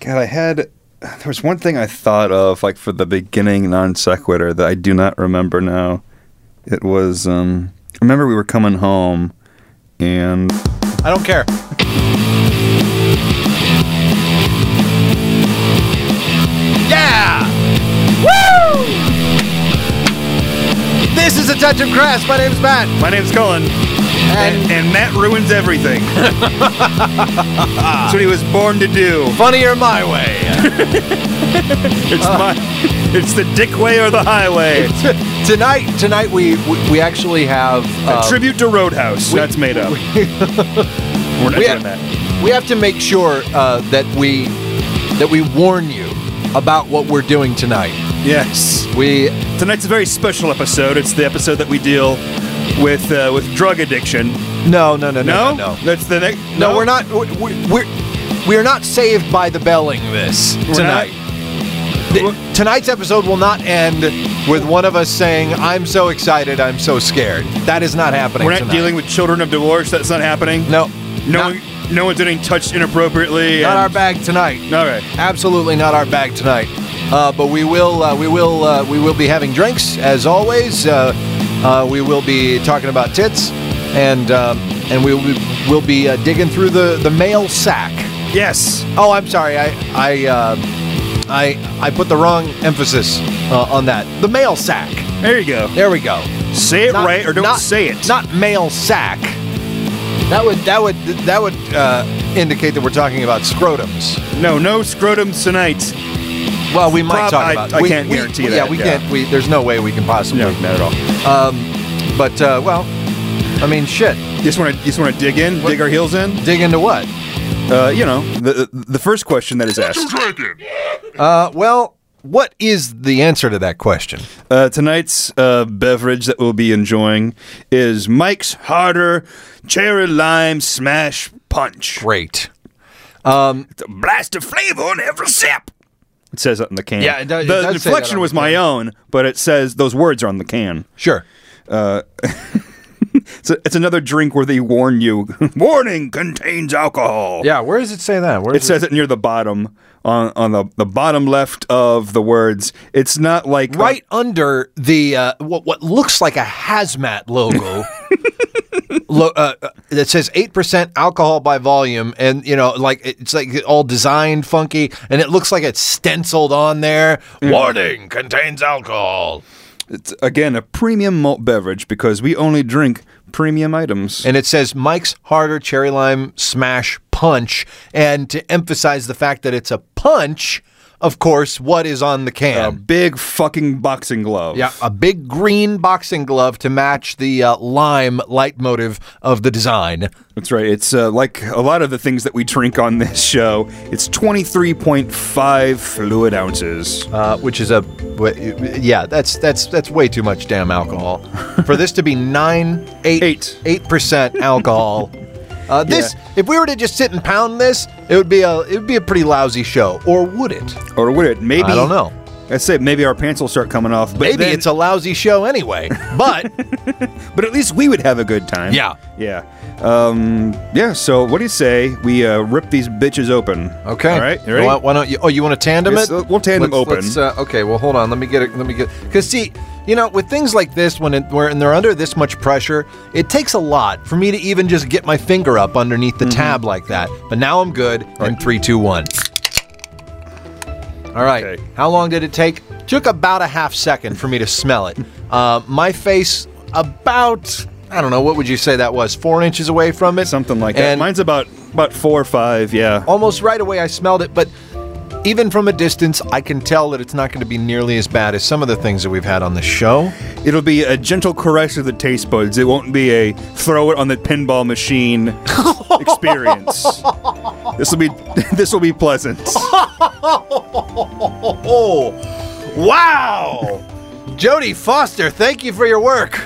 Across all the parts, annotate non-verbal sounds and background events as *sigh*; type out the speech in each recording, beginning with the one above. God, I had there was one thing I thought of like for the beginning non sequitur that I do not remember now. It was um I remember we were coming home and I don't care. Yeah! Woo! This is a touch of grass. My name's Matt. My name's Cullen And and Matt ruins *laughs* everything. That's what he was born to do. funnier my *laughs* way. It's my it's the dick way or the highway. tonight, tonight we we, we actually have A um, tribute to Roadhouse. That's made up. We, are not we doing have, that. we have to make sure uh, that we that we warn you about what we're doing tonight. Yes. We Tonight's a very special episode. It's the episode that we deal with uh, with drug addiction. no no no No, no no no, that's the next. no we're not we- we- we're we're not saved by the belling this We're tonight. Th- We're- tonight's episode will not end with one of us saying I'm so excited I'm so scared. That is not happening. We're not tonight. dealing with children of divorce. That's not happening. no No not, one. No one's getting touched inappropriately. not and- our bag tonight. All right. absolutely not our bag tonight. Uh, but we will, uh, we will, uh, we will be having drinks as always. Uh, uh, we will be talking about tits, and um, and we will be, we'll be uh, digging through the the mail sack. Yes. Oh, I'm sorry, I I uh, I I put the wrong emphasis uh, on that. The mail sack. There you go. There we go. Say it Not- right, or don't not- say it. Not mail sack. That would that would that would uh, indicate that we're talking about scrotums. no, no scrotums tonight. Well, we might Prob- talk I- about. I we, can't we- guarantee yeah, that, we yeah. can't. We there's no way we can possibly. No, not at all. But uh, well, I mean, shit. Just want to just want to dig in, dig our heels in. Dig into what? Uh, you know, the the first question that is asked Uh, well, what is the answer to that question? uh, tonight's uh, beverage that we'll be enjoying is Mike's Harder Cherry Lime Smash Punch. Great. It's a blast of flavor on every sip. It says that in the can. Yeah, it do- it the does say that inflection on the was my can. own, but it says those words are on the can. Sure. It's, a, it's another drink where they warn you. *laughs* Warning contains alcohol. Yeah. Where does it say that? Where It says it near the bottom, on on the, the bottom left of the words. It's not like uh, a- right under the uh, what what looks like a hazmat logo. Lo- uh, uh, that says eight percent alcohol by volume, and you know, like it's like all designed funky, and it looks like it's stenciled on there. Warning: contains alcohol. It's again a premium malt beverage because we only drink premium items. and it says Mike's Harder Cherry Lime Smash Punch. And to emphasize the fact that it's a punch, of course, what is on the a can? big fucking boxing glove. yeah, a big green boxing glove to match the uh, lime leitmotif of the design. that's right. It's uh, like a lot of the things that we drink on this show. It's twenty three point five fluid ounces. uh, which is a wh- yeah that's that's that's way too much *laughs* damn alcohol for this to be nine eight Eight. percent *laughs* alcohol uh, this if we were to just sit and pound this it would be a it would be a pretty lousy show or would it Or would it? Maybe I don't know. I say maybe our pants will start coming off. But maybe then- it's a lousy show anyway *laughs* but but at least we would have a good time. Yeah. Yeah. Um, yeah. So what do you say we uh, rip these bitches open? okay All right. You ready? why, why don't you oh you want to tandem Yes, it uh, we'll tandem Let's- open. let's, uh, okay well hold on let me get it let me get because see you know with things like this when it, when they're under this much pressure it takes a lot for me to even just get my finger up underneath Mm-hmm. the tab like that but now i'm good and three two one all right Okay. how long did it take took about a half second for me to smell it uh, my face about i don't know what would you say that was four inches away from it Something like that. and Mine's about about four or five. Yeah. almost right away I smelled it, but even from a distance, I can tell that it's not going to be nearly as bad as some of the things that we've had on the show. It'll be a gentle caress of the taste buds. It won't be a throw it on the pinball *laughs* machine experience. this will be *laughs* this will be pleasant. Oh, wow! Jody Foster, thank you for your work.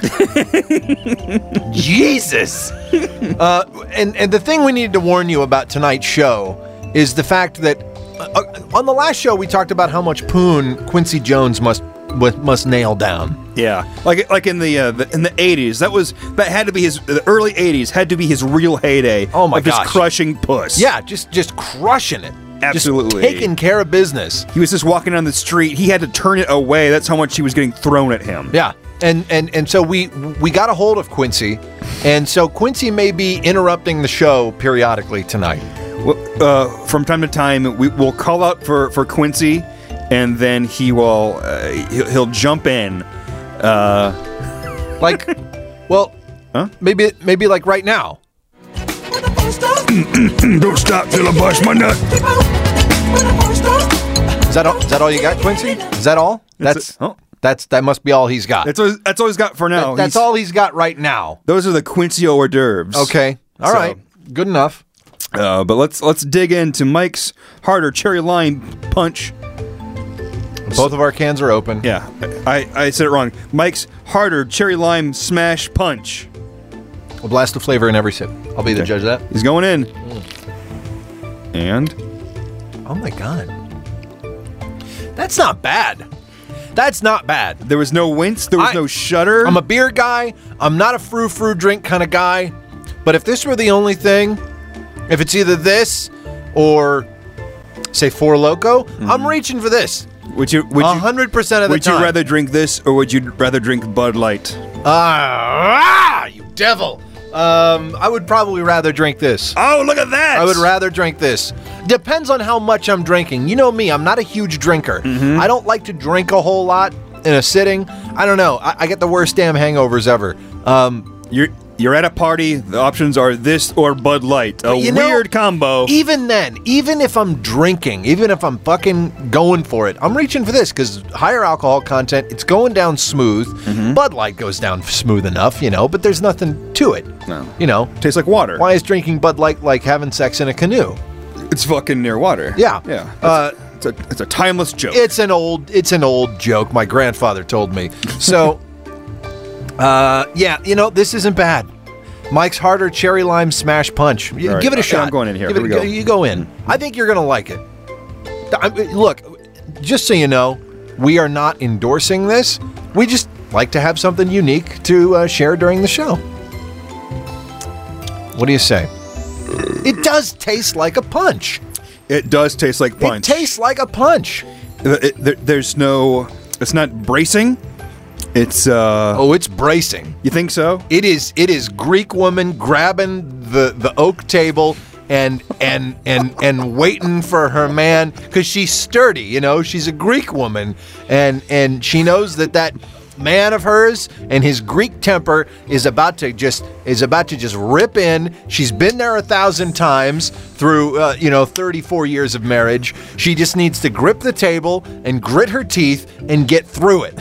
Jesus. Uh, and and the thing we need to warn you about tonight's show is the fact that uh, uh, on the last show we talked about how much poon Quincy Jones must must- must nail down. Yeah, like like in the, uh, the in the eighties, that was that had to be his the early eighties had to be his real heyday. Oh my of gosh. Just crushing puss. Yeah, just just crushing it. Absolutely. Just taking care of business. He was just walking down the street. He had to turn it away. That's how much he was getting thrown at him. Yeah. And and and so we we got a hold of Quincy, and so Quincy may be interrupting the show periodically tonight. Well, Uh, from time to time, we will call out for, for Quincy, and then he will uh, he'll, he'll jump in. Uh, *laughs* Like, well, Huh? maybe maybe like right now. Mm, Don't stop till I bust my eh? nut. Is that all? Is that all you got, Quincy? Is that all? That's it. Oh. that's that must be all he's got. That's all, that's all he's got for now. That- that's He's- all he's got right now. Those are the Quincy hors d'oeuvres. Okay. all So- right. Good enough. Uh, but let's let's dig into Mike's harder cherry lime punch. Both of our cans are open. Yeah, I, I said it wrong. Mike's harder cherry lime smash punch. We'll blast the flavor in every sip. I'll be the judge of that. Mm. He's going in. And Oh my god. That's not bad. That's not bad. there was no wince. There was I- no shudder. I'm a beer guy. I'm not a frou frou drink kind of guy. But if this were the only thing, if it's either this or say Four Loco, I'm reaching for this. would you Mm-hmm. would you hundred percent of the would time. you rather drink this or would you rather drink Bud Light? Ah, you devil! Um, I would probably rather drink this. Oh, look at that! I would rather drink this. Depends on how much I'm drinking. You know me, I'm not a huge drinker. Mm-hmm. I don't like to drink a whole lot in a sitting. I don't know. I, I get the worst damn hangovers ever. Um, You're you're at a party. The options are this or Bud Light. A you know, e- weird combo. even then, even if I'm drinking, even if I'm fucking going for it, I'm reaching for this because higher alcohol content, it's going down smooth. Mm-hmm. Bud Light goes down smooth enough, you know, but there's nothing to it. No. You know, Tastes like water. why is drinking Bud Light like having sex in a canoe? It's fucking near water. Yeah. Yeah. Uh, it's, a, it's a timeless joke. It's an old it's an old joke. My grandfather told me. *laughs* So, uh, yeah, you know this isn't bad. Mike's harder cherry lime smash punch. Y- All right, Give it I- a shot. I'm going in here. Give it- Here we go. Mm-hmm. You go in. I think you're gonna like it. I- I- look, just so you know, we are not endorsing this. We just like to have something unique to uh, share during the show. What do you say? It does taste like a punch. It does taste like punch. It tastes like a punch. It- it- there- there's no. It's not bracing. It's. uh Oh, it's bracing. You think so? It is it is Greek woman grabbing the the oak table and and and and waiting for her man because she's sturdy, you know. She's a Greek woman, and and she knows that that man of hers and his Greek temper is about to just is about to just rip in. She's been there a thousand times through uh, you know 34 years of marriage. She just needs to grip the table and grit her teeth and get through it.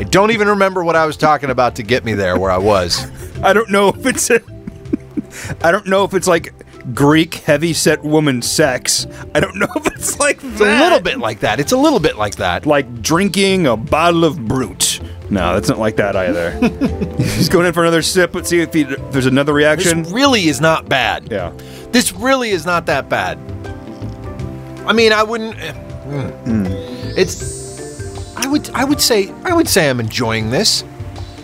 I don't even remember what I was talking about to get me there where I was. I don't know if it's. I *laughs* I don't know if it's like Greek heavy set woman sex. I don't know if it's like It's a that. little bit like that. It's a little bit like that. Like drinking a bottle of brute. No, that's not like that either. *laughs* He's going in for another sip. Let's see if, he, if there's another This reaction. really is not bad. Yeah. This really is not that bad. I mean, I wouldn't. eh, It's. I would. I would say. I would say I'm enjoying this.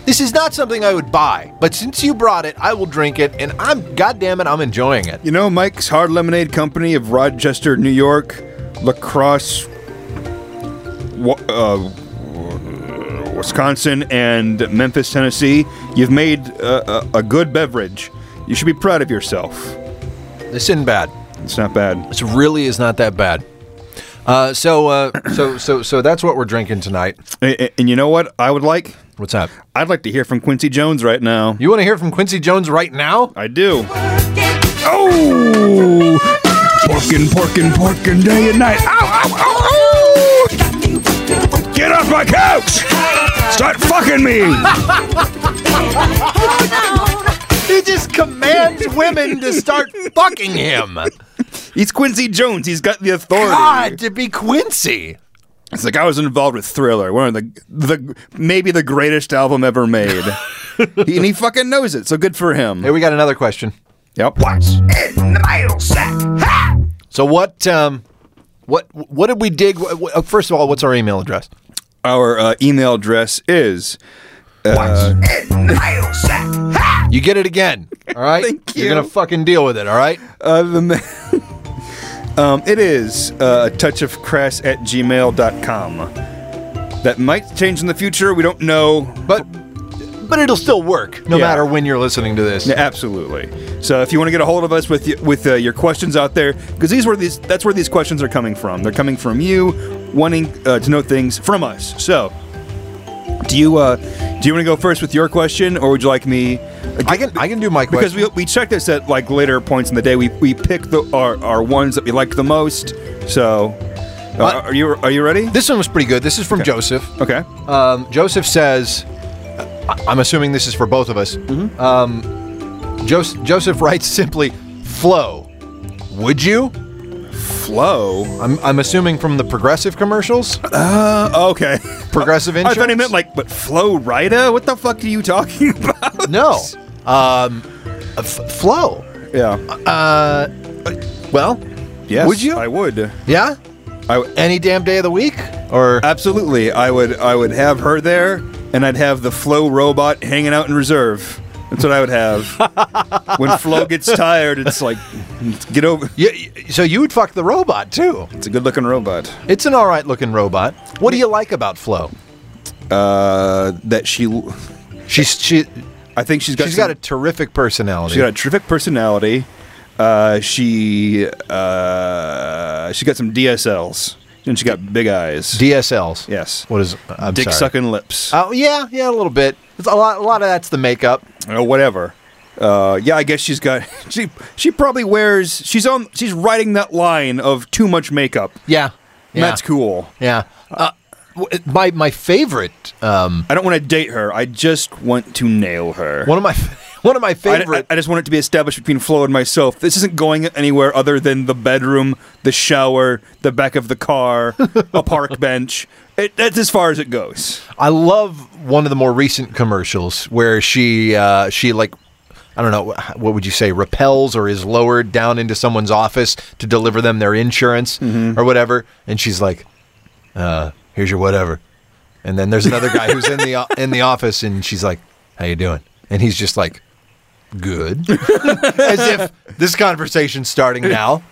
This is not something I would buy, but since you brought it, I will drink it, and I'm. God damn it, I'm enjoying it. You know, Mike's Hard Lemonade Company of Rochester, New York, Lacrosse, wa- uh, Wisconsin, and Memphis, Tennessee. You've made uh, a, a good beverage. You should be proud of yourself. This isn't bad. It's not bad. This really is not that bad. Uh, so, uh, so, so, so that's what we're drinking tonight. A- a- And you know what I would like? What's up? I'd like to hear from Quincy Jones right now. You want to hear from Quincy Jones right now? I do. Oh! Porkin, porkin, porkin, day and night. Ow, ow, ow, ow! Get off my couch! Start fucking me! *laughs* He just commands women to start fucking him. He's Quincy Jones. He's got the authority. God, to be Quincy. It's like I was involved with Thriller, one of the the maybe the greatest album ever made, *laughs* He- and he fucking knows it. So good for him. Here we got another question. Yep. in the mail sack. Ha! So what? Um, what? What did we dig? wh- wh- uh, First of all, what's our email address? Our uh, email address is In the mail sack. Ha! You get it again. All right. Thank You're you. gonna fucking deal with it. All right. uh, the ma- *laughs* Um, it is uh, touchofcrass at gmail.com. That might change in the future. We don't know. But but it'll still work no Yeah. matter when you're listening to this. Yeah, absolutely. So if you want to get a hold of us with y- with uh, your questions out there, because these were these that's where these questions are coming from. They're coming from you wanting uh, to know things from us. So do you uh, do you want to go first with your question, or would you like me? uh, I can I can do my Because question. we, we checked this at like later points in the day. We we pick the our, our ones that we liked the most. So uh, What? are you are you ready? this one was pretty good. This is from Joseph. Okay. Um, Joseph says, I- I'm assuming this is for both of us. Mm-hmm. Um, Jos- Joseph writes simply, flow. Would you? Flow. I'm, I'm assuming from the progressive commercials, Uh, okay. *laughs* progressive I insurance. thought he meant like, but Flow Rida? What the fuck are you talking *laughs* about? no, um, a f- flow. Yeah. Uh, well, Yes. would you? I would. yeah, I w- any damn day of the week, or absolutely. I would. I would have her there, and I'd have the Flow robot hanging out in reserve. That's what I would have. *laughs* when Flow gets tired, it's like, get over. Y- y- so you would fuck the robot too. It's a good-looking robot. It's an all right looking robot. What do you like about Flo? Uh, that she. She's she I think she's got. she's got some- a terrific personality. She's got a terrific personality. Uh, she uh, she got some DSLs and she got big eyes. DSLs. yes. What is I'm Dick sorry. sucking lips. Oh yeah, yeah, a little bit. It's a lot. A lot of that's the makeup. or whatever. Uh, yeah, I guess she's got *laughs* she she probably wears she's on she's riding that line of too much makeup. Yeah, And That's cool. Yeah. Uh, w- my my favorite. Um, I don't want to date her. I just want to nail her. one of my *laughs* one of my I- I- favorite. I, just want it to be established between Flo and myself. This isn't going anywhere other than the bedroom, the shower, the back of the car, a park bench. It, that's as far as it goes. *laughs* I love one of the more recent commercials where she uh, she like I don't know wh- what would you say repels or is lowered down into someone's office to deliver them their insurance or whatever, and she's like, uh, "Here's your whatever," and then there's another guy who's in the o- in the office and she's like, "How you doing?" and he's just like. Good, as if this conversation's starting now.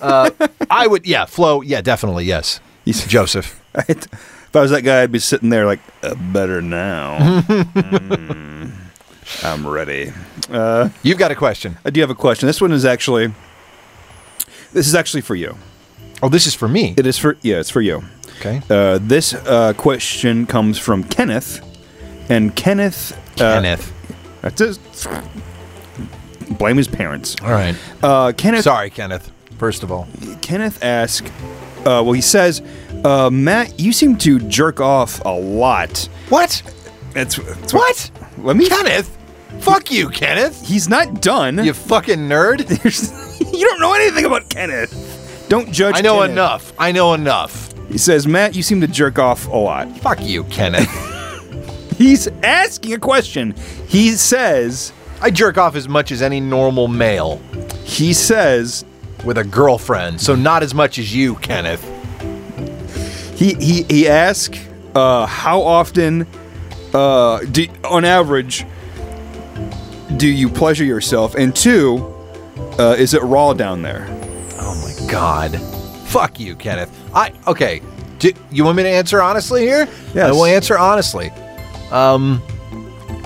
Uh, I would, yeah, Flo, yeah, definitely, yes, Yes. Joseph. if I was that guy, I'd be sitting there like, uh, better now. Mm, I'm ready. You've got a question. I do have a question. This one is actually, this is actually for you. Oh, this is for me. It is for yeah, it's for you. Okay. Uh, this uh, question comes from Kenneth, and Kenneth. uh, Kenneth. That's his. Blame his parents. All right. Uh, Kenneth. Sorry, Kenneth. First of all, Kenneth asks. Uh, well, he says, uh, Matt, you seem to jerk off a lot. what? That's, that's What? Let me. Kenneth? Fuck you, Kenneth. He's not done. You fucking nerd. *laughs* you don't know anything about Kenneth. Don't judge. I know Kenneth. enough. I know enough. He says, Matt, you seem to jerk off a lot. Fuck you, Kenneth. *laughs* He's asking a question. He says, I jerk off as much as any normal male he says, with a girlfriend, so not as much as you, Kenneth. he he he asks, uh, how often, uh, do, on average, do you pleasure yourself? And two, uh, is it raw down there? Oh my god. Fuck you, Kenneth. I okay. Do, you want me to answer honestly here? Yes. I will answer honestly. Um,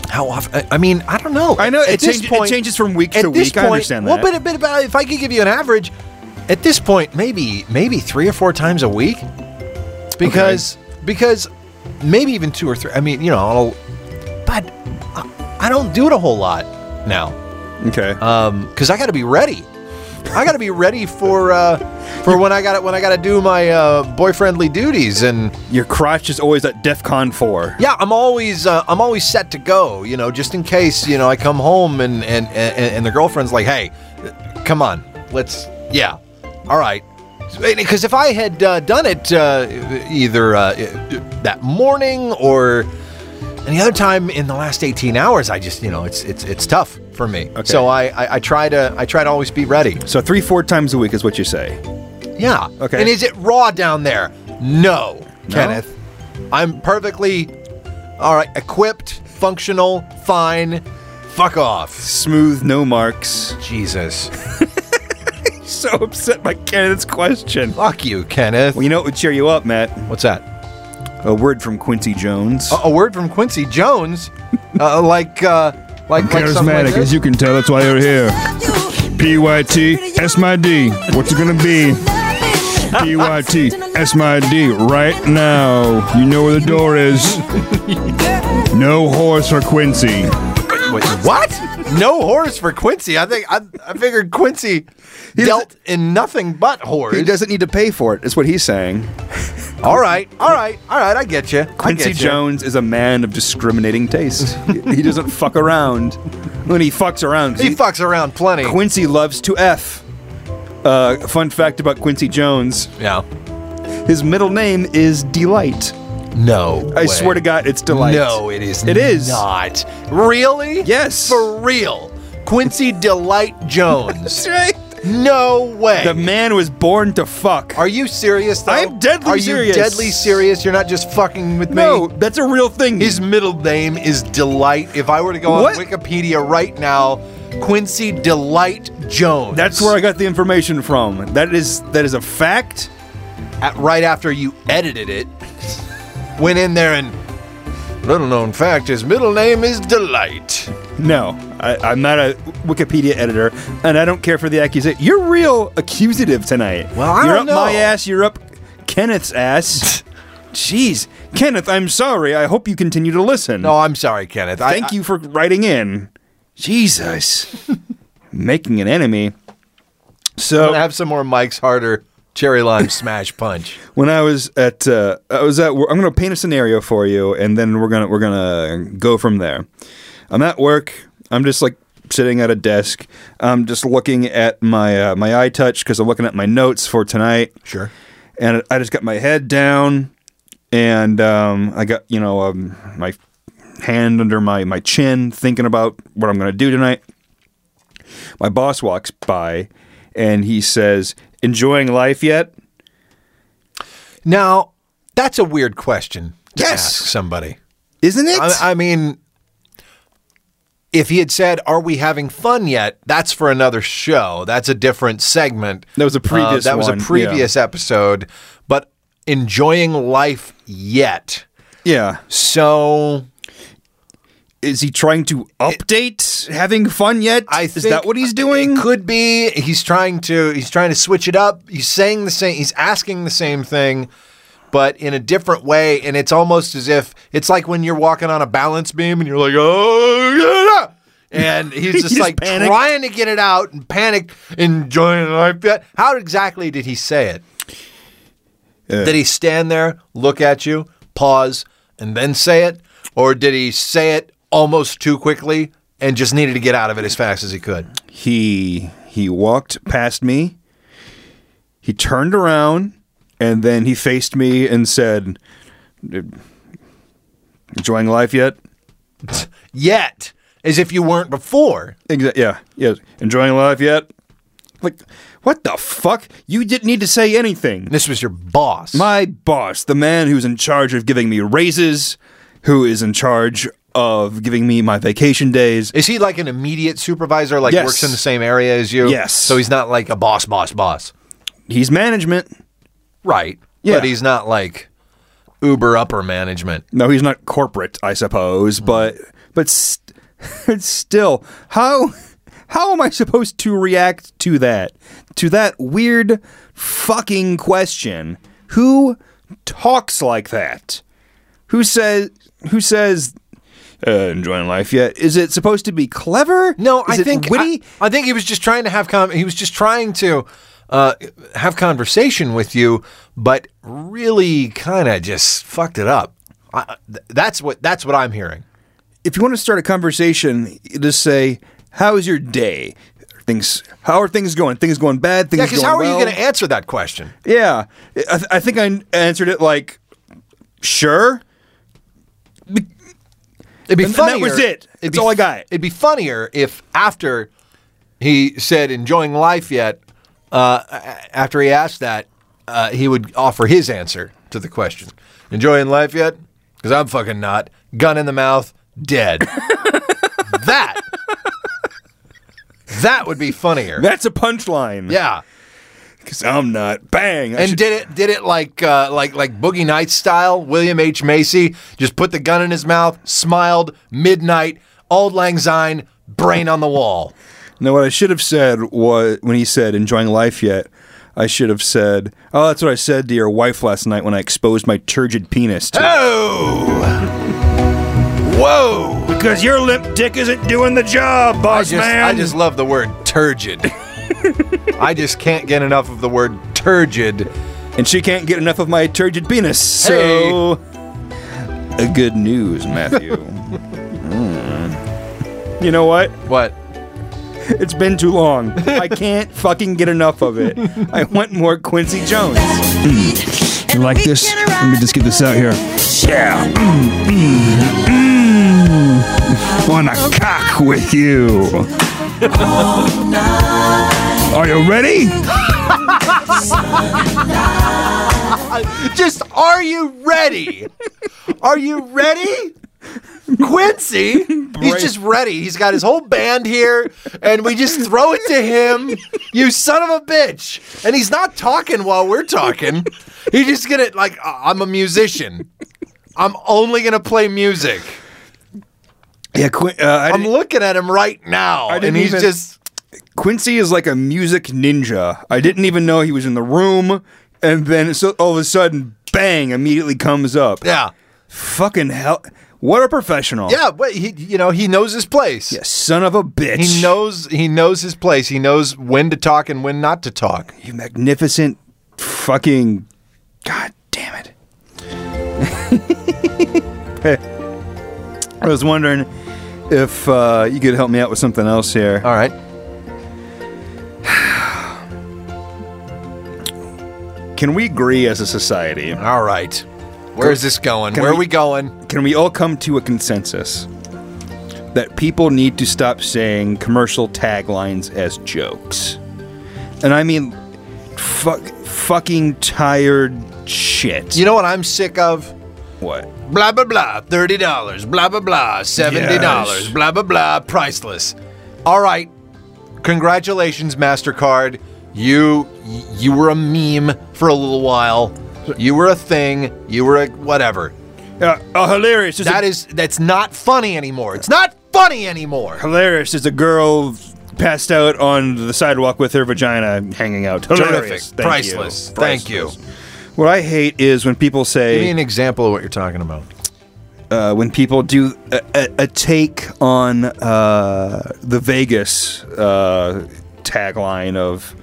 how often? I, I mean, I don't know. I know, At it this change- it changes from week at to this week, I Point, understand Well, that. but a bit about if I could give you an average, at this point, maybe maybe three or four times a week, because because maybe even two or three. I mean, you know, I'll, but I, I don't do it a whole lot now Okay. um because i gotta be ready i gotta be ready for uh *laughs* for when i gotta when i gotta do my uh boyfriendly duties and Your crotch is always at DEFCON four. yeah i'm always uh, i'm always set to go you know just in case you know i come home and and and, and the girlfriend's like hey come on let's yeah all right because if i had uh, done it uh, either uh, that morning or any other time in the last 18 hours i just you know it's it's it's tough for me Okay. so I, I i try to i try to always be ready So three, four times a week is what you say. Yeah. Okay. And is it raw down there? No, No? Kenneth. I'm perfectly all right, equipped, functional, fine. Fuck off. *laughs* Smooth, no marks. Jesus. He's *laughs* so upset by Kenneth's question. Fuck you, Kenneth. Well, you know what would cheer you up, Matt? What's that? A word from Quincy Jones. A word from Quincy *laughs* Jones, uh, like uh, like like something like Charismatic, this? as you can tell, that's why you're here. PYT, S my D. What's it gonna be? PYT, S my D. Right now. You know where the door is. No horse for Quincy. Wait, what? No horse for Quincy. I think I, I figured Quincy dealt in nothing but horse. he doesn't need to pay for it. That's what he's saying. All right, all right, all right. I get you. Quincy Jones is a man of discriminating taste. he he doesn't fuck around. When he fucks around, He fucks around plenty. Quincy loves to f. Uh, fun fact about Quincy Jones: yeah. his middle name is Delight. No. I swear to God, it's Delight. No, it is. It is. not. Really? Yes. For real. Quincy Delight *laughs* Jones. That's right. no way. The man was born to fuck. Are you serious? Though? I'm deadly Are serious. you deadly serious? You're not just fucking with no, me. that's a real thing. His middle name is Delight. If I were to go What? on Wikipedia right now, Quincy Delight Jones. that's where I got the information from. That is that is a fact. At, right after you edited it, went in there and little known fact, his middle name is Delight. No, I, I'm not a Wikipedia editor, and I don't care for the accusation. You're real accusative tonight. Well, I you're don't up my know. ass. You're up Kenneth's *laughs* ass. Jeez, Kenneth, I'm sorry. I hope you continue to listen. No, I'm sorry, Kenneth. I- Thank you for writing in. Jesus, making an enemy. I, So am gonna have some more Mike's Harder Cherry *laughs* Lime Smash Punch. when I was at, uh, I was at. I'm gonna paint a scenario for you, and then we're gonna we're gonna go from there. I'm at work. I'm just like sitting at a desk. I'm just looking at my uh, my eye touch because I'm looking at my notes for tonight. Sure. And I just got my head down, and um, I got you know um, my hand under my my chin, thinking about what I'm gonna do tonight. My boss walks by, and he says, "Enjoying life yet?" Now, that's a weird question to Yes. ask somebody. Isn't it? I, I mean, if he had said, "Are we having fun yet?" That's for another show. That's a different segment. Uh, That was a previous that was one, a yeah. previous episode. But enjoying life yet? yeah. So is he trying to update having fun yet? I is think that what he's doing? It could be he's trying to he's trying to switch it up. He's saying the same. He's asking the same thing, but in a different way. And it's almost as if it's like when you're walking on a balance beam and you're like, oh, yeah. And he's just He's like panicked. trying to get it out and panicked, enjoying life. Yet. How exactly did he say it? Did he stand there, look at you, pause, and then say it? Or did he say it almost too quickly and just needed to get out of it as fast as he could? *laughs* he he walked past me. He turned around and then he faced me and said, "Enjoying life yet?" Yet, as if you weren't before. Exa- yeah, yeah. Enjoying life yet? Like, what the fuck? You didn't need to say anything. This was your boss. My boss, the man who's in charge of giving me raises, who is in charge of giving me my vacation days, Is he like an immediate supervisor, like Yes. works in the same area as you? Yes. So he's not like a boss, boss, boss. he's management. Right. Yeah. But he's not like uber upper management. No, he's not corporate, I suppose, Hmm. but but st- *laughs* still, how how am I supposed to react to that? To that weird fucking question. Who talks like that? Who says who says uh, enjoying life yet? Is it supposed to be clever? No, Is I it think witty. I, I think he was just trying to have con- he was just trying to uh, have conversation with you, but really kind of just fucked it up. I, th- that's what that's what I'm hearing. if you want to start a conversation, just say, "How is your day? Things how are things going? Things going bad? Things Yeah, going because how are well? you going to answer that question? Yeah, I, th- I think I answered it like, sure. It'd be And- and funnier. that was it. it'd That's be all I f- got. It'd be funnier if after he said enjoying life yet, uh, a- a- after he asked that, uh, he would offer his answer to the question. Enjoying life yet? Because I'm fucking not. Gun in the mouth, dead. *laughs* that. That would be funnier. That's a punchline. Yeah. Because I'm not. Bang. I And should- did it did it like uh, like like Boogie Nights style? William H Macy just put the gun in his mouth, smiled, midnight, old lang syne, brain on the wall. No, what I should have said was when he said enjoying life yet, I should have said, "Oh, that's what I said to your wife last night when I exposed my turgid penis to." *laughs* Oh, whoa! Because your limp dick isn't doing the job, I boss just I just love the word *laughs* turgid. I just can't get enough of the word turgid. and she can't get enough of my turgid penis. So, a good news, *laughs* Matthew. Mm. You know what? What? It's been too long. I can't fucking get enough of it. I want more Quincy Jones. Mm. You like this? Let me just get this out here. Yeah. Wanna cock with you? Are you ready? Just are you ready? Are you ready? Quincy, he's just ready. He's got his whole band here, and we just throw it to him. You son of a bitch! And he's not talking while we're talking. He's just gonna like, "I- I'm a musician. I'm only gonna play music. Yeah, Quin- uh, I I'm didn't- looking at him right now, I didn't and he's even- just Quincy is like a music ninja. I didn't even know he was in the room, and then so all of a sudden, bang! Immediately comes up. yeah, Fucking hell! What a professional! yeah. But he, you know, he knows his place. You son of a bitch! He knows he knows his place. He knows when to talk and when not to talk. You magnificent fucking. God damn it. *laughs* I was wondering if uh, you could help me out with something else here. All right. Can we agree as a society? All right. Where is this going? can Where we- are we going? Can we all come to a consensus that people need to stop saying commercial taglines as jokes? And I mean, fuck, fucking tired shit. You know what I'm sick of? what? Blah blah blah. Thirty dollars. Blah blah blah. Seventy dollars. Yes. Blah blah blah. Priceless. All right. Congratulations, Mastercard. You you were a meme for a little while. You were a thing. You were a whatever. Uh, oh, hilarious! There's a- That is that's not funny anymore. It's not funny anymore. Hilarious is a girl passed out on the sidewalk with her vagina hanging out. Terrific. Hilarious. Thank you. Priceless. Thank you. Priceless. What I hate is when people Give me say an example of what you're talking about. uh, when people do a, a, a take on uh, the Vegas uh, tagline of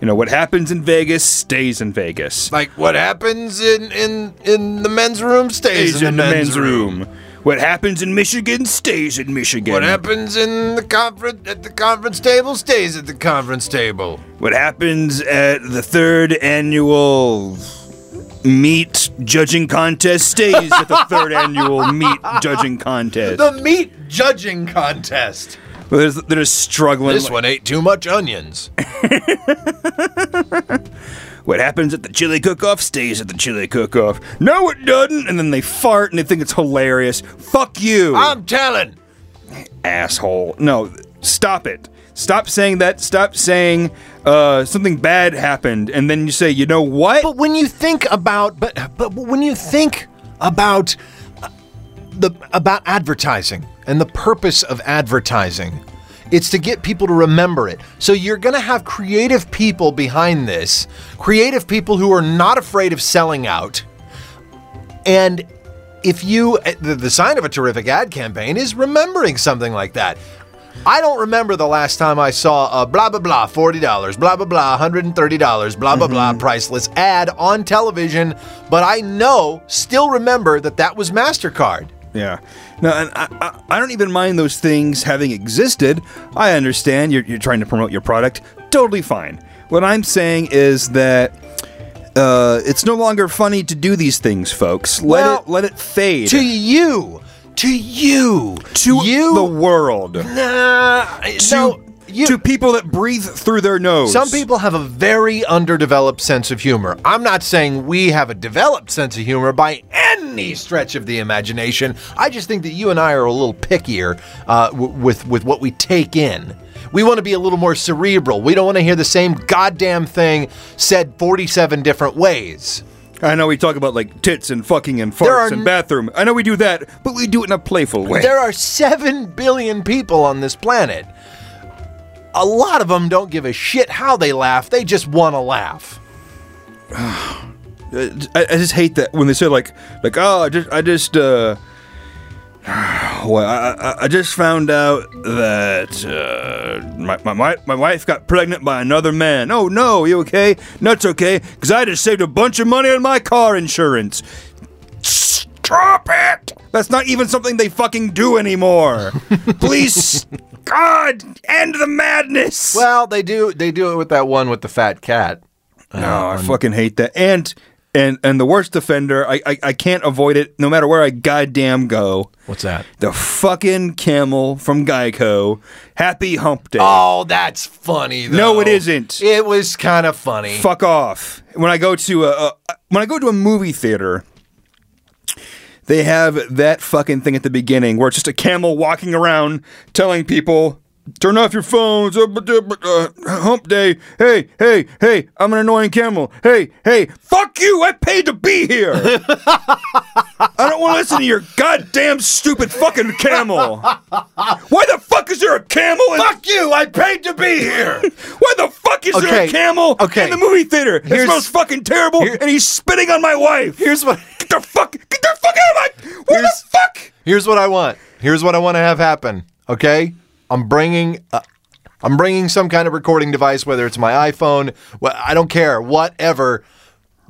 you know what happens in Vegas stays in Vegas. Like what happens in in in the men's room stays in the men's room. What happens in Michigan stays in Michigan. What happens in the conference at the conference table stays at the conference table. What happens at the third annual meat judging contest stays at *laughs* the third annual meat judging contest. The meat judging contest. They're, they're just struggling. This one ate too much onions. *laughs* What happens at the chili cook-off stays at the chili cook-off. No, it doesn't. And then they fart and they think it's hilarious. Fuck you, I'm telling. asshole. No, stop it. Stop saying that. Stop saying uh, something bad happened, and then you say, you know what? But when you think about but but when you think about uh, the about advertising and the purpose of advertising, it's to get people to remember it. So you're going to have creative people behind this, creative people who are not afraid of selling out. And if you, uh, the, the sign of a terrific ad campaign is remembering something like that. I don't remember the last time I saw a blah, blah, blah, $40, blah, blah, blah, $130, blah, blah, Mm-hmm. blah, priceless ad on television, but I know, still remember that that was MasterCard. Yeah. No, and I, I, I don't even mind those things having existed. I understand you're, you're trying to promote your product. Totally fine. What I'm saying is that uh, it's no longer funny to do these things, folks. Let Well, it let it fade To you, to you, To you, the world. nah, To, no, you, to people that breathe through their nose. Some people have a very underdeveloped sense of humor. I'm not saying we have a developed sense of humor by any stretch of the imagination. I just think that you and I are a little pickier uh, w- with with what we take in. We want to be a little more cerebral. We don't want to hear the same goddamn thing said 47 different ways. I know we talk about like tits and fucking and farts There are and n- bathroom. I know we do that, but we do it in a playful way. There are 7 billion people on this planet. A lot of them don't give a shit how they laugh, they just want to laugh. I, I just hate that when they say like like oh I just I just uh *sighs* well I, I, I just found out that uh, my, my wi- my wife got pregnant by another man. Oh no, you okay? Nuts okay? Because I just saved a bunch of money on my car insurance. Stop it! That's not even something they fucking do anymore. Please, God, end the madness. Well, they do they do it with that one with the fat cat. No, I fucking hate that. And and and the worst offender, I, I I can't avoid it no matter where I goddamn go. What's that? The fucking camel from Geico. Happy hump day. Oh, that's funny. Though. No, it isn't. It was kind of funny. Fuck off. When I go to a, a when I go to a movie theater, they have that fucking thing at the beginning where it's just a camel walking around telling people, "Turn off your phones." uh, but, uh, but, uh, hump day. Hey, hey, hey! I'm an annoying camel. Hey, hey! Fuck you! I paid to be *laughs* here. I don't want to listen to your goddamn stupid fucking camel. Why the fuck is there a camel? In- Fuck you! I paid to be here. why the fuck is there a Okay, camel okay. in the movie theater? it Here's- smells fucking terrible, here- and he's spitting on my wife. Here's what- Get the fuck! Get the fuck out of my! Where the Here's- fuck? Here's what I want. Here's what I want to have happen. Okay, I'm bringing. Uh, I'm bringing some kind of recording device, whether it's my iPhone. Well, I don't care. Whatever.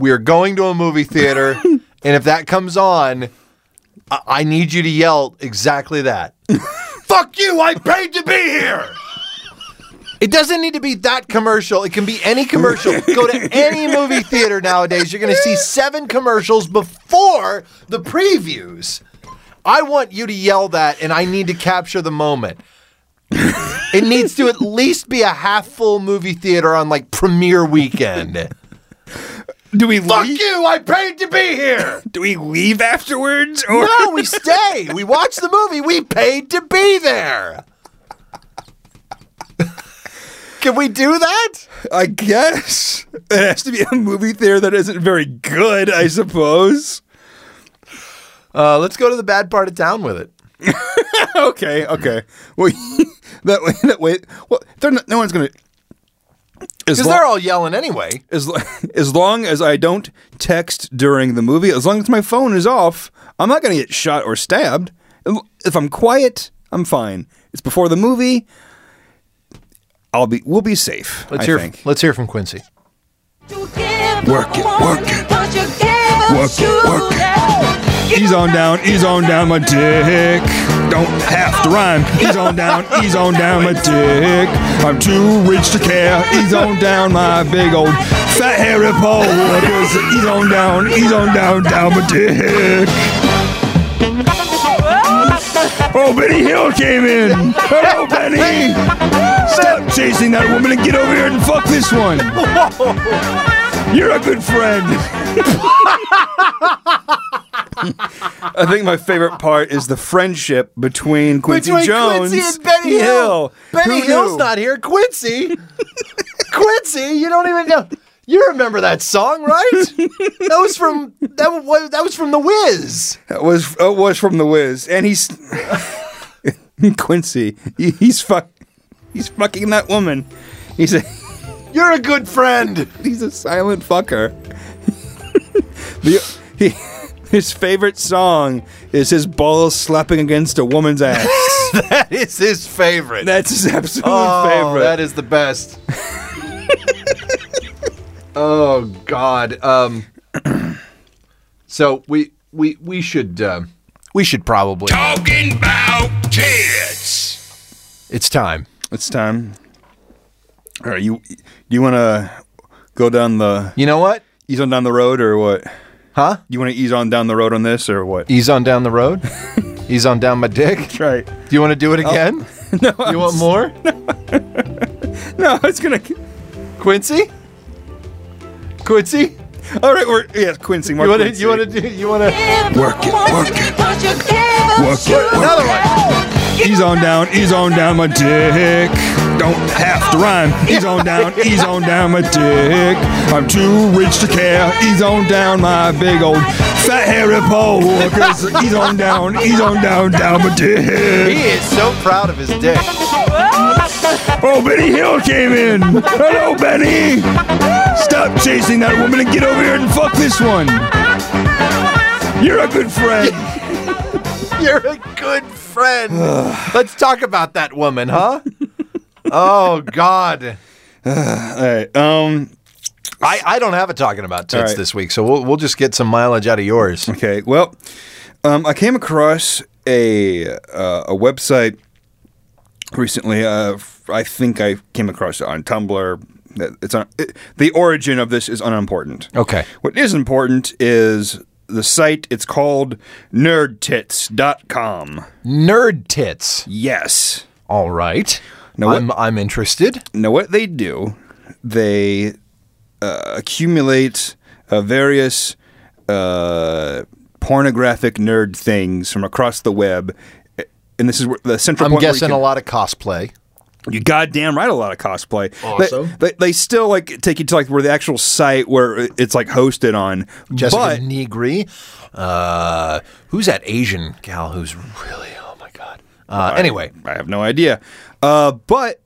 We are going to a movie *laughs* theater, and if that comes on, I, I need you to yell exactly that. Fuck you! I paid to be here. It doesn't need to be that commercial. It can be any *laughs* commercial. Go to any movie theater nowadays. You're going to see seven commercials before the previews. I want you to yell that, and I need to capture the moment. It needs to at least be a half full movie theater on like premiere weekend. Do we *laughs* Fuck leave? you! I paid to be here. Do we leave afterwards? Or *laughs* No, we stay. We watch the movie. We paid to be there. Can we do that? I guess it has to be a movie theater that isn't very good. I suppose. Uh, let's go to the bad part of town with it. okay, okay. Well, that way, that way. Well, they're not, no one's gonna. As Because lo- they're all yelling anyway. as lo- *laughs* as long as I don't text during the movie, as long as my phone is off, I'm not going to get shot or stabbed. If I'm quiet, I'm fine. It's before the movie. I'll be we'll be safe. Let's I hear. think. Let's hear from Quincy. Work it, work it. Work it, work it. Ease on down, ease on down my dick. Don't have to rhyme. Ease on down, ease on down my dick. I'm too rich to care. Ease on down my big old fat hairy pole. Ease on down, ease on down, down my dick. Oh, Benny Hill came in. Hello, Benny. Stop chasing that woman and get over here and fuck this one. You're a good friend. I think my favorite part is the friendship between Quincy Jones Quincy and Benny Hill. Benny Who Hill's knew? not here. Quincy. *laughs* Quincy, you don't even know. You remember that song, *laughs* right? that was from that was that was from The Wiz. It was it was from the Wiz, and he's *laughs* Quincy. He, he's fuck. He's fucking that woman. He's a You're a good friend. He's a silent fucker. *laughs* the, he, his favorite song is his balls slapping against a woman's ass. *laughs* That is his favorite. That's his absolute oh, favorite. That is the *laughs* best. oh God. Um. So we we we should uh, we should probably. Talking about kids. It's time. it's time. All right, you you want to go down the You know what? ease on down the road or what? Huh? You want to ease on down the road on this or what? Ease on down the road. Ease on down my dick. Do Right. you want to do it *laughs* again? No, You want more? *laughs* no, it's gonna. Quincy? Quincy? All right, we're yes, Quincy. Mark You want to Quincy. you want to do you want to Work it, work it. Work it, Work it, Another Another one. Ease on down, ease on down my dick. don't have to rhyme. Ease on down, ease on down my dick. I'm too rich to care. Ease on down my big old fat hairy pole. 'Cause ease on down, ease on down, down my dick. He is so proud of his dick. Oh, Benny Hill came in. Hello, Benny. Stop chasing that woman and get over here and fuck this one. You're a good friend. *laughs* You're a good *sighs* friend. Let's talk about that woman, huh? Oh God, All right. Um. I, I don't have a talking about tits right. this week, so we'll we'll just get some mileage out *laughs* of yours. Okay. Well, um, I came across a uh, a website recently. Uh, f- I think I came across it on Tumblr. That- It's on, it, the origin of this is unimportant. Okay. What is important is the site. It's called nerdtits.com. Nerd tits. Yes. All right. Now what- I'm I'm interested. Now, what they do, they uh, accumulate uh, various uh, pornographic nerd things from across the web. eh, And this is where the central I'm point. guessing where a you lot of cosplay. can, You goddamn right, a lot of cosplay. Awesome. They, they, they still like take you to like where the actual site where uh, it's like hosted on. Jessica but Negri. Uh, who's that Asian gal who's really? Oh my God. Uh, anyway, I have no idea. Uh, but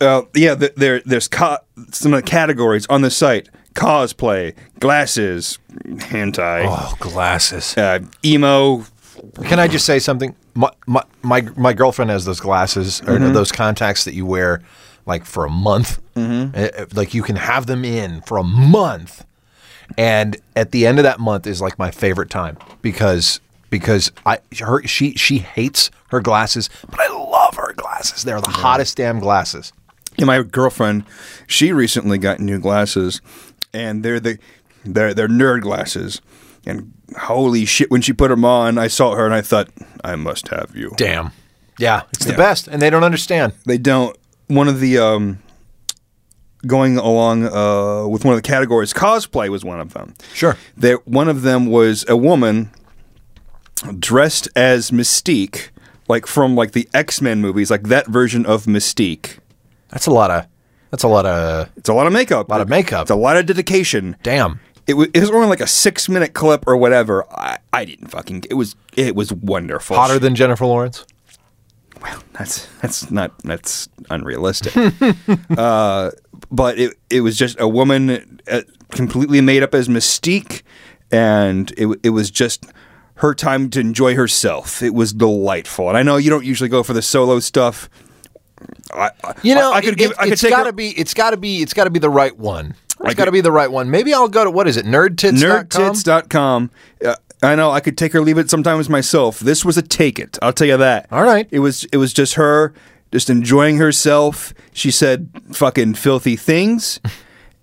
uh, yeah, th- there there's co- some of the categories on the site: cosplay, glasses, hentai. oh glasses. uh, emo. Can I just say something? My my my, my girlfriend has those glasses or those contacts that you wear like for a month. Eh, eh, Like you can have them in for a month, and at the end of that month is like my favorite time because because I her she she hates her glasses, but I love her glasses. They're the hottest damn glasses. And my girlfriend, she recently got new glasses, and they're the they're they're nerd glasses. And holy shit, when she put them on, I saw her and I thought, I must have you. Damn. Yeah, it's the best, and they don't understand. They don't. One of the um, going along uh, with one of the categories, cosplay was one of them. Sure. That one of them was a woman dressed as Mystique, like from like the X Men movies, like that version of Mystique. That's a lot of. That's a lot of. It's a lot of makeup. A lot of makeup. It's a lot of dedication. Damn. It was, it was only like a six minute clip or whatever. I, I didn't fucking. It was it was wonderful. Hotter than Jennifer Lawrence. that's that's not that's unrealistic. *laughs* uh, but it it was just a woman uh, completely made up as Mystique, and it w- it was just her time to enjoy herself. It was delightful, and I know you don't usually go for the solo stuff. I, I- You know, I, I could it, give. I could it's take got her- to be. It's got to be. It's got to be the right one. It's could- got to be the right one. Maybe I'll go to what is it? Nerdtits.com? Nerdtits.com. Uh, I know I could take or leave it sometimes myself. This was a take it. I'll tell you that. All right. It was it was just her just enjoying herself. She said fucking filthy *laughs* things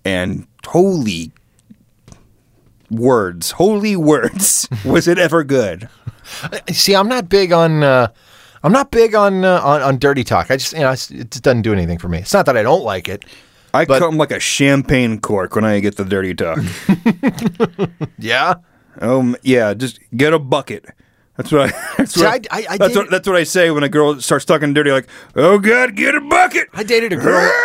and holy words. Holy *laughs* words. was it ever good? See, I'm not big on. Uh, I'm not big on, uh, on on dirty talk. I just you know it's- it just doesn't do anything for me. It's not that I don't like it. I But- come like a champagne cork when I get the dirty *laughs* talk. Yeah. Um, yeah, just get a bucket. That's what I. *laughs* That's, See, what, I- I- I that's, what, did- that's what I say when a girl starts talking dirty, like, "Oh God, get a bucket." I dated a girl. *laughs*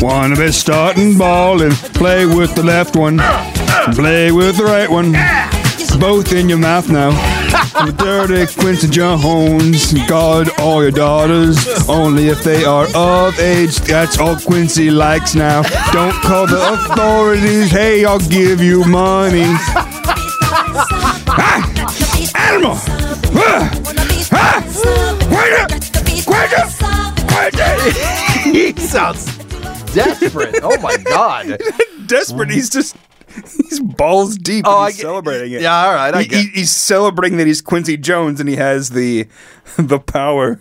Wanna be starting ball and play with the left one, play with the right one, both in your mouth now. *laughs* I'm dirty Quincy Jones, guard all your daughters, only if they are of age. That's all Quincy likes now. Don't call the authorities. Hey, I'll give you money. Animal. Ah! he sounds desperate. oh my *laughs* god. Desperate. He's just he's balls deep. Oh, and I he's get- celebrating it. yeah, all right, I He- get- he- he's celebrating that he's Quincy Jones and he has the *laughs* the *laughs* power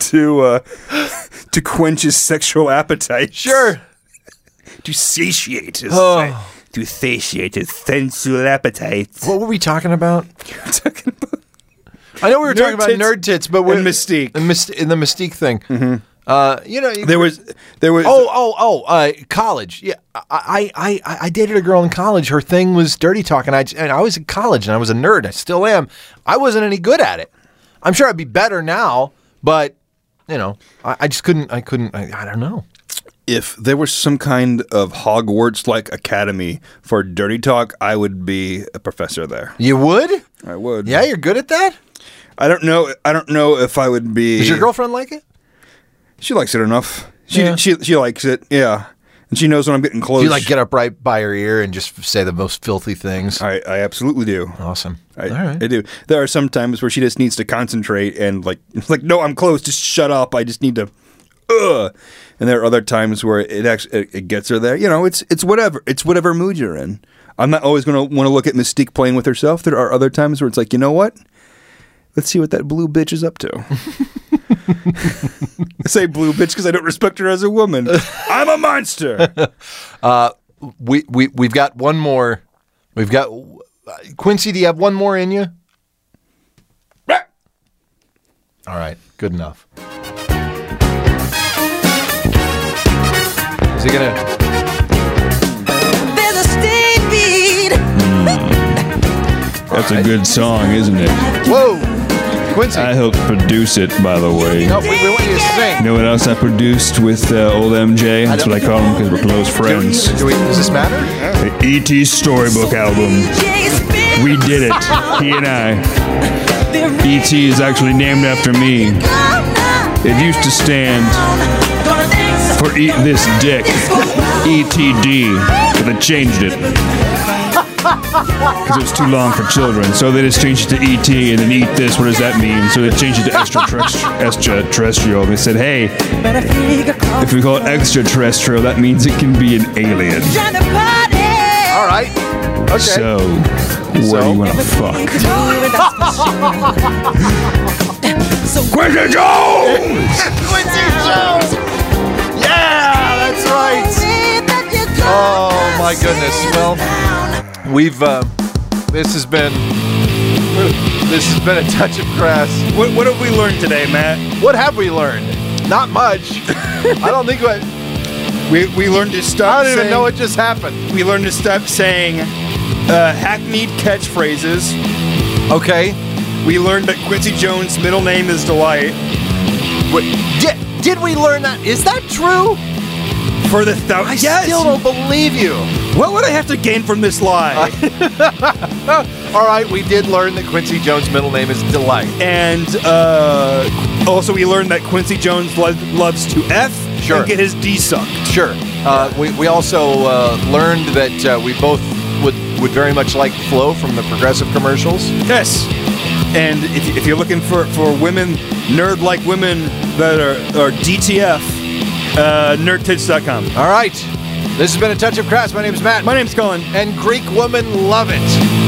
to uh, to quench his sexual appetite. Sure. To satiate his. Oh. To satiate his sensual appetite. What were we talking about? *laughs* Talking about- I know we were talking about Nerd tits nerd tits, but we're and Mystique. Mm-hmm. and, myst- and the mystique thing. Uh, you know, you- There was there was Oh, oh, oh! Uh, college. Yeah, I, I, I, I dated a girl in college. Her thing was dirty talk, and I, and I was in college, and I was a nerd. I still am. I wasn't any good at it. I'm sure I'd be better now, but you know, I, I just couldn't. I couldn't. I, I don't know. if there was some kind of Hogwarts like academy for dirty talk, I would be a professor there. You would? I would. Yeah, you're good at that. I don't know. I don't know if I would be. Does your girlfriend like it? She likes it enough. She Yeah. she she likes it. Yeah, and she knows when I'm getting close. Do you like get up right by her ear and just say the most filthy things? I I absolutely do. Awesome. I, All right. I do. There are some times where she just needs to concentrate and like, *laughs* it's like no, I'm close. Just shut up. I just need to. Ugh. And there are other times where it actually it, it gets her there. You know, it's it's whatever. It's whatever mood you're in. I'm not always going to want to look at Mystique playing with herself. There are other times where it's like, you know what? Let's see what that blue bitch is up to. *laughs* I say blue bitch because I don't respect her as a *laughs* woman. I'm a monster. we, we we've got one more. We've got Quincy. Do you have one more in you? All right, good enough. Is he gonna? There's a stampede. That's a good song, isn't it? Whoa, Quincy! I helped produce it, by the way. Uh, no, we, we want you to sing. You know what else I produced with uh, old MJ? That's what I call him because we're close friends. Do we, does this matter? The E.T. Storybook album. We did it. *laughs* He and I. E.T. E is actually named after me. It used to stand for Eat This Dick. ETD. E But they changed it. Because it was too long for children. So they just changed it to ET and then Eat This. What does that mean? So they changed it to extraterrestri- *laughs* extraterrestrial. They said, hey, if we call it extraterrestrial, that means it can be an alien. All right. Okay. So, what do you want to fuck? Quincy Jones! yeah, that's right. Oh my goodness. Well, We've uh, this has been this has been a touch of grass. *laughs* what, what have we learned today, Matt? What have we learned? Not much. *laughs* I don't think. What, We, we learned to stop. I don't even saying- know what just happened. We learned to stop saying uh, hackneyed catchphrases. Okay. We learned that Quincy Jones' middle name is Delight. Wait, did, did we learn that? Is that true? For the thou- I yes. still don't believe you. What would I have to gain from this *laughs* lie? All right, we did learn that Quincy Jones' middle name is Delight. and uh, also, we learned that Quincy Jones lo- loves to f Sure. and get his d sucked. Sure. Uh, we, we also uh, learned that uh, we both would, would very much like Flo from the Progressive commercials. Yes. And if, if you're looking for, for women, nerd like women that are, are DTF, uh, nerdtits.com. All right. This has been A Touch of Crass. My name is Matt. My name's Colin. and Greek women love it.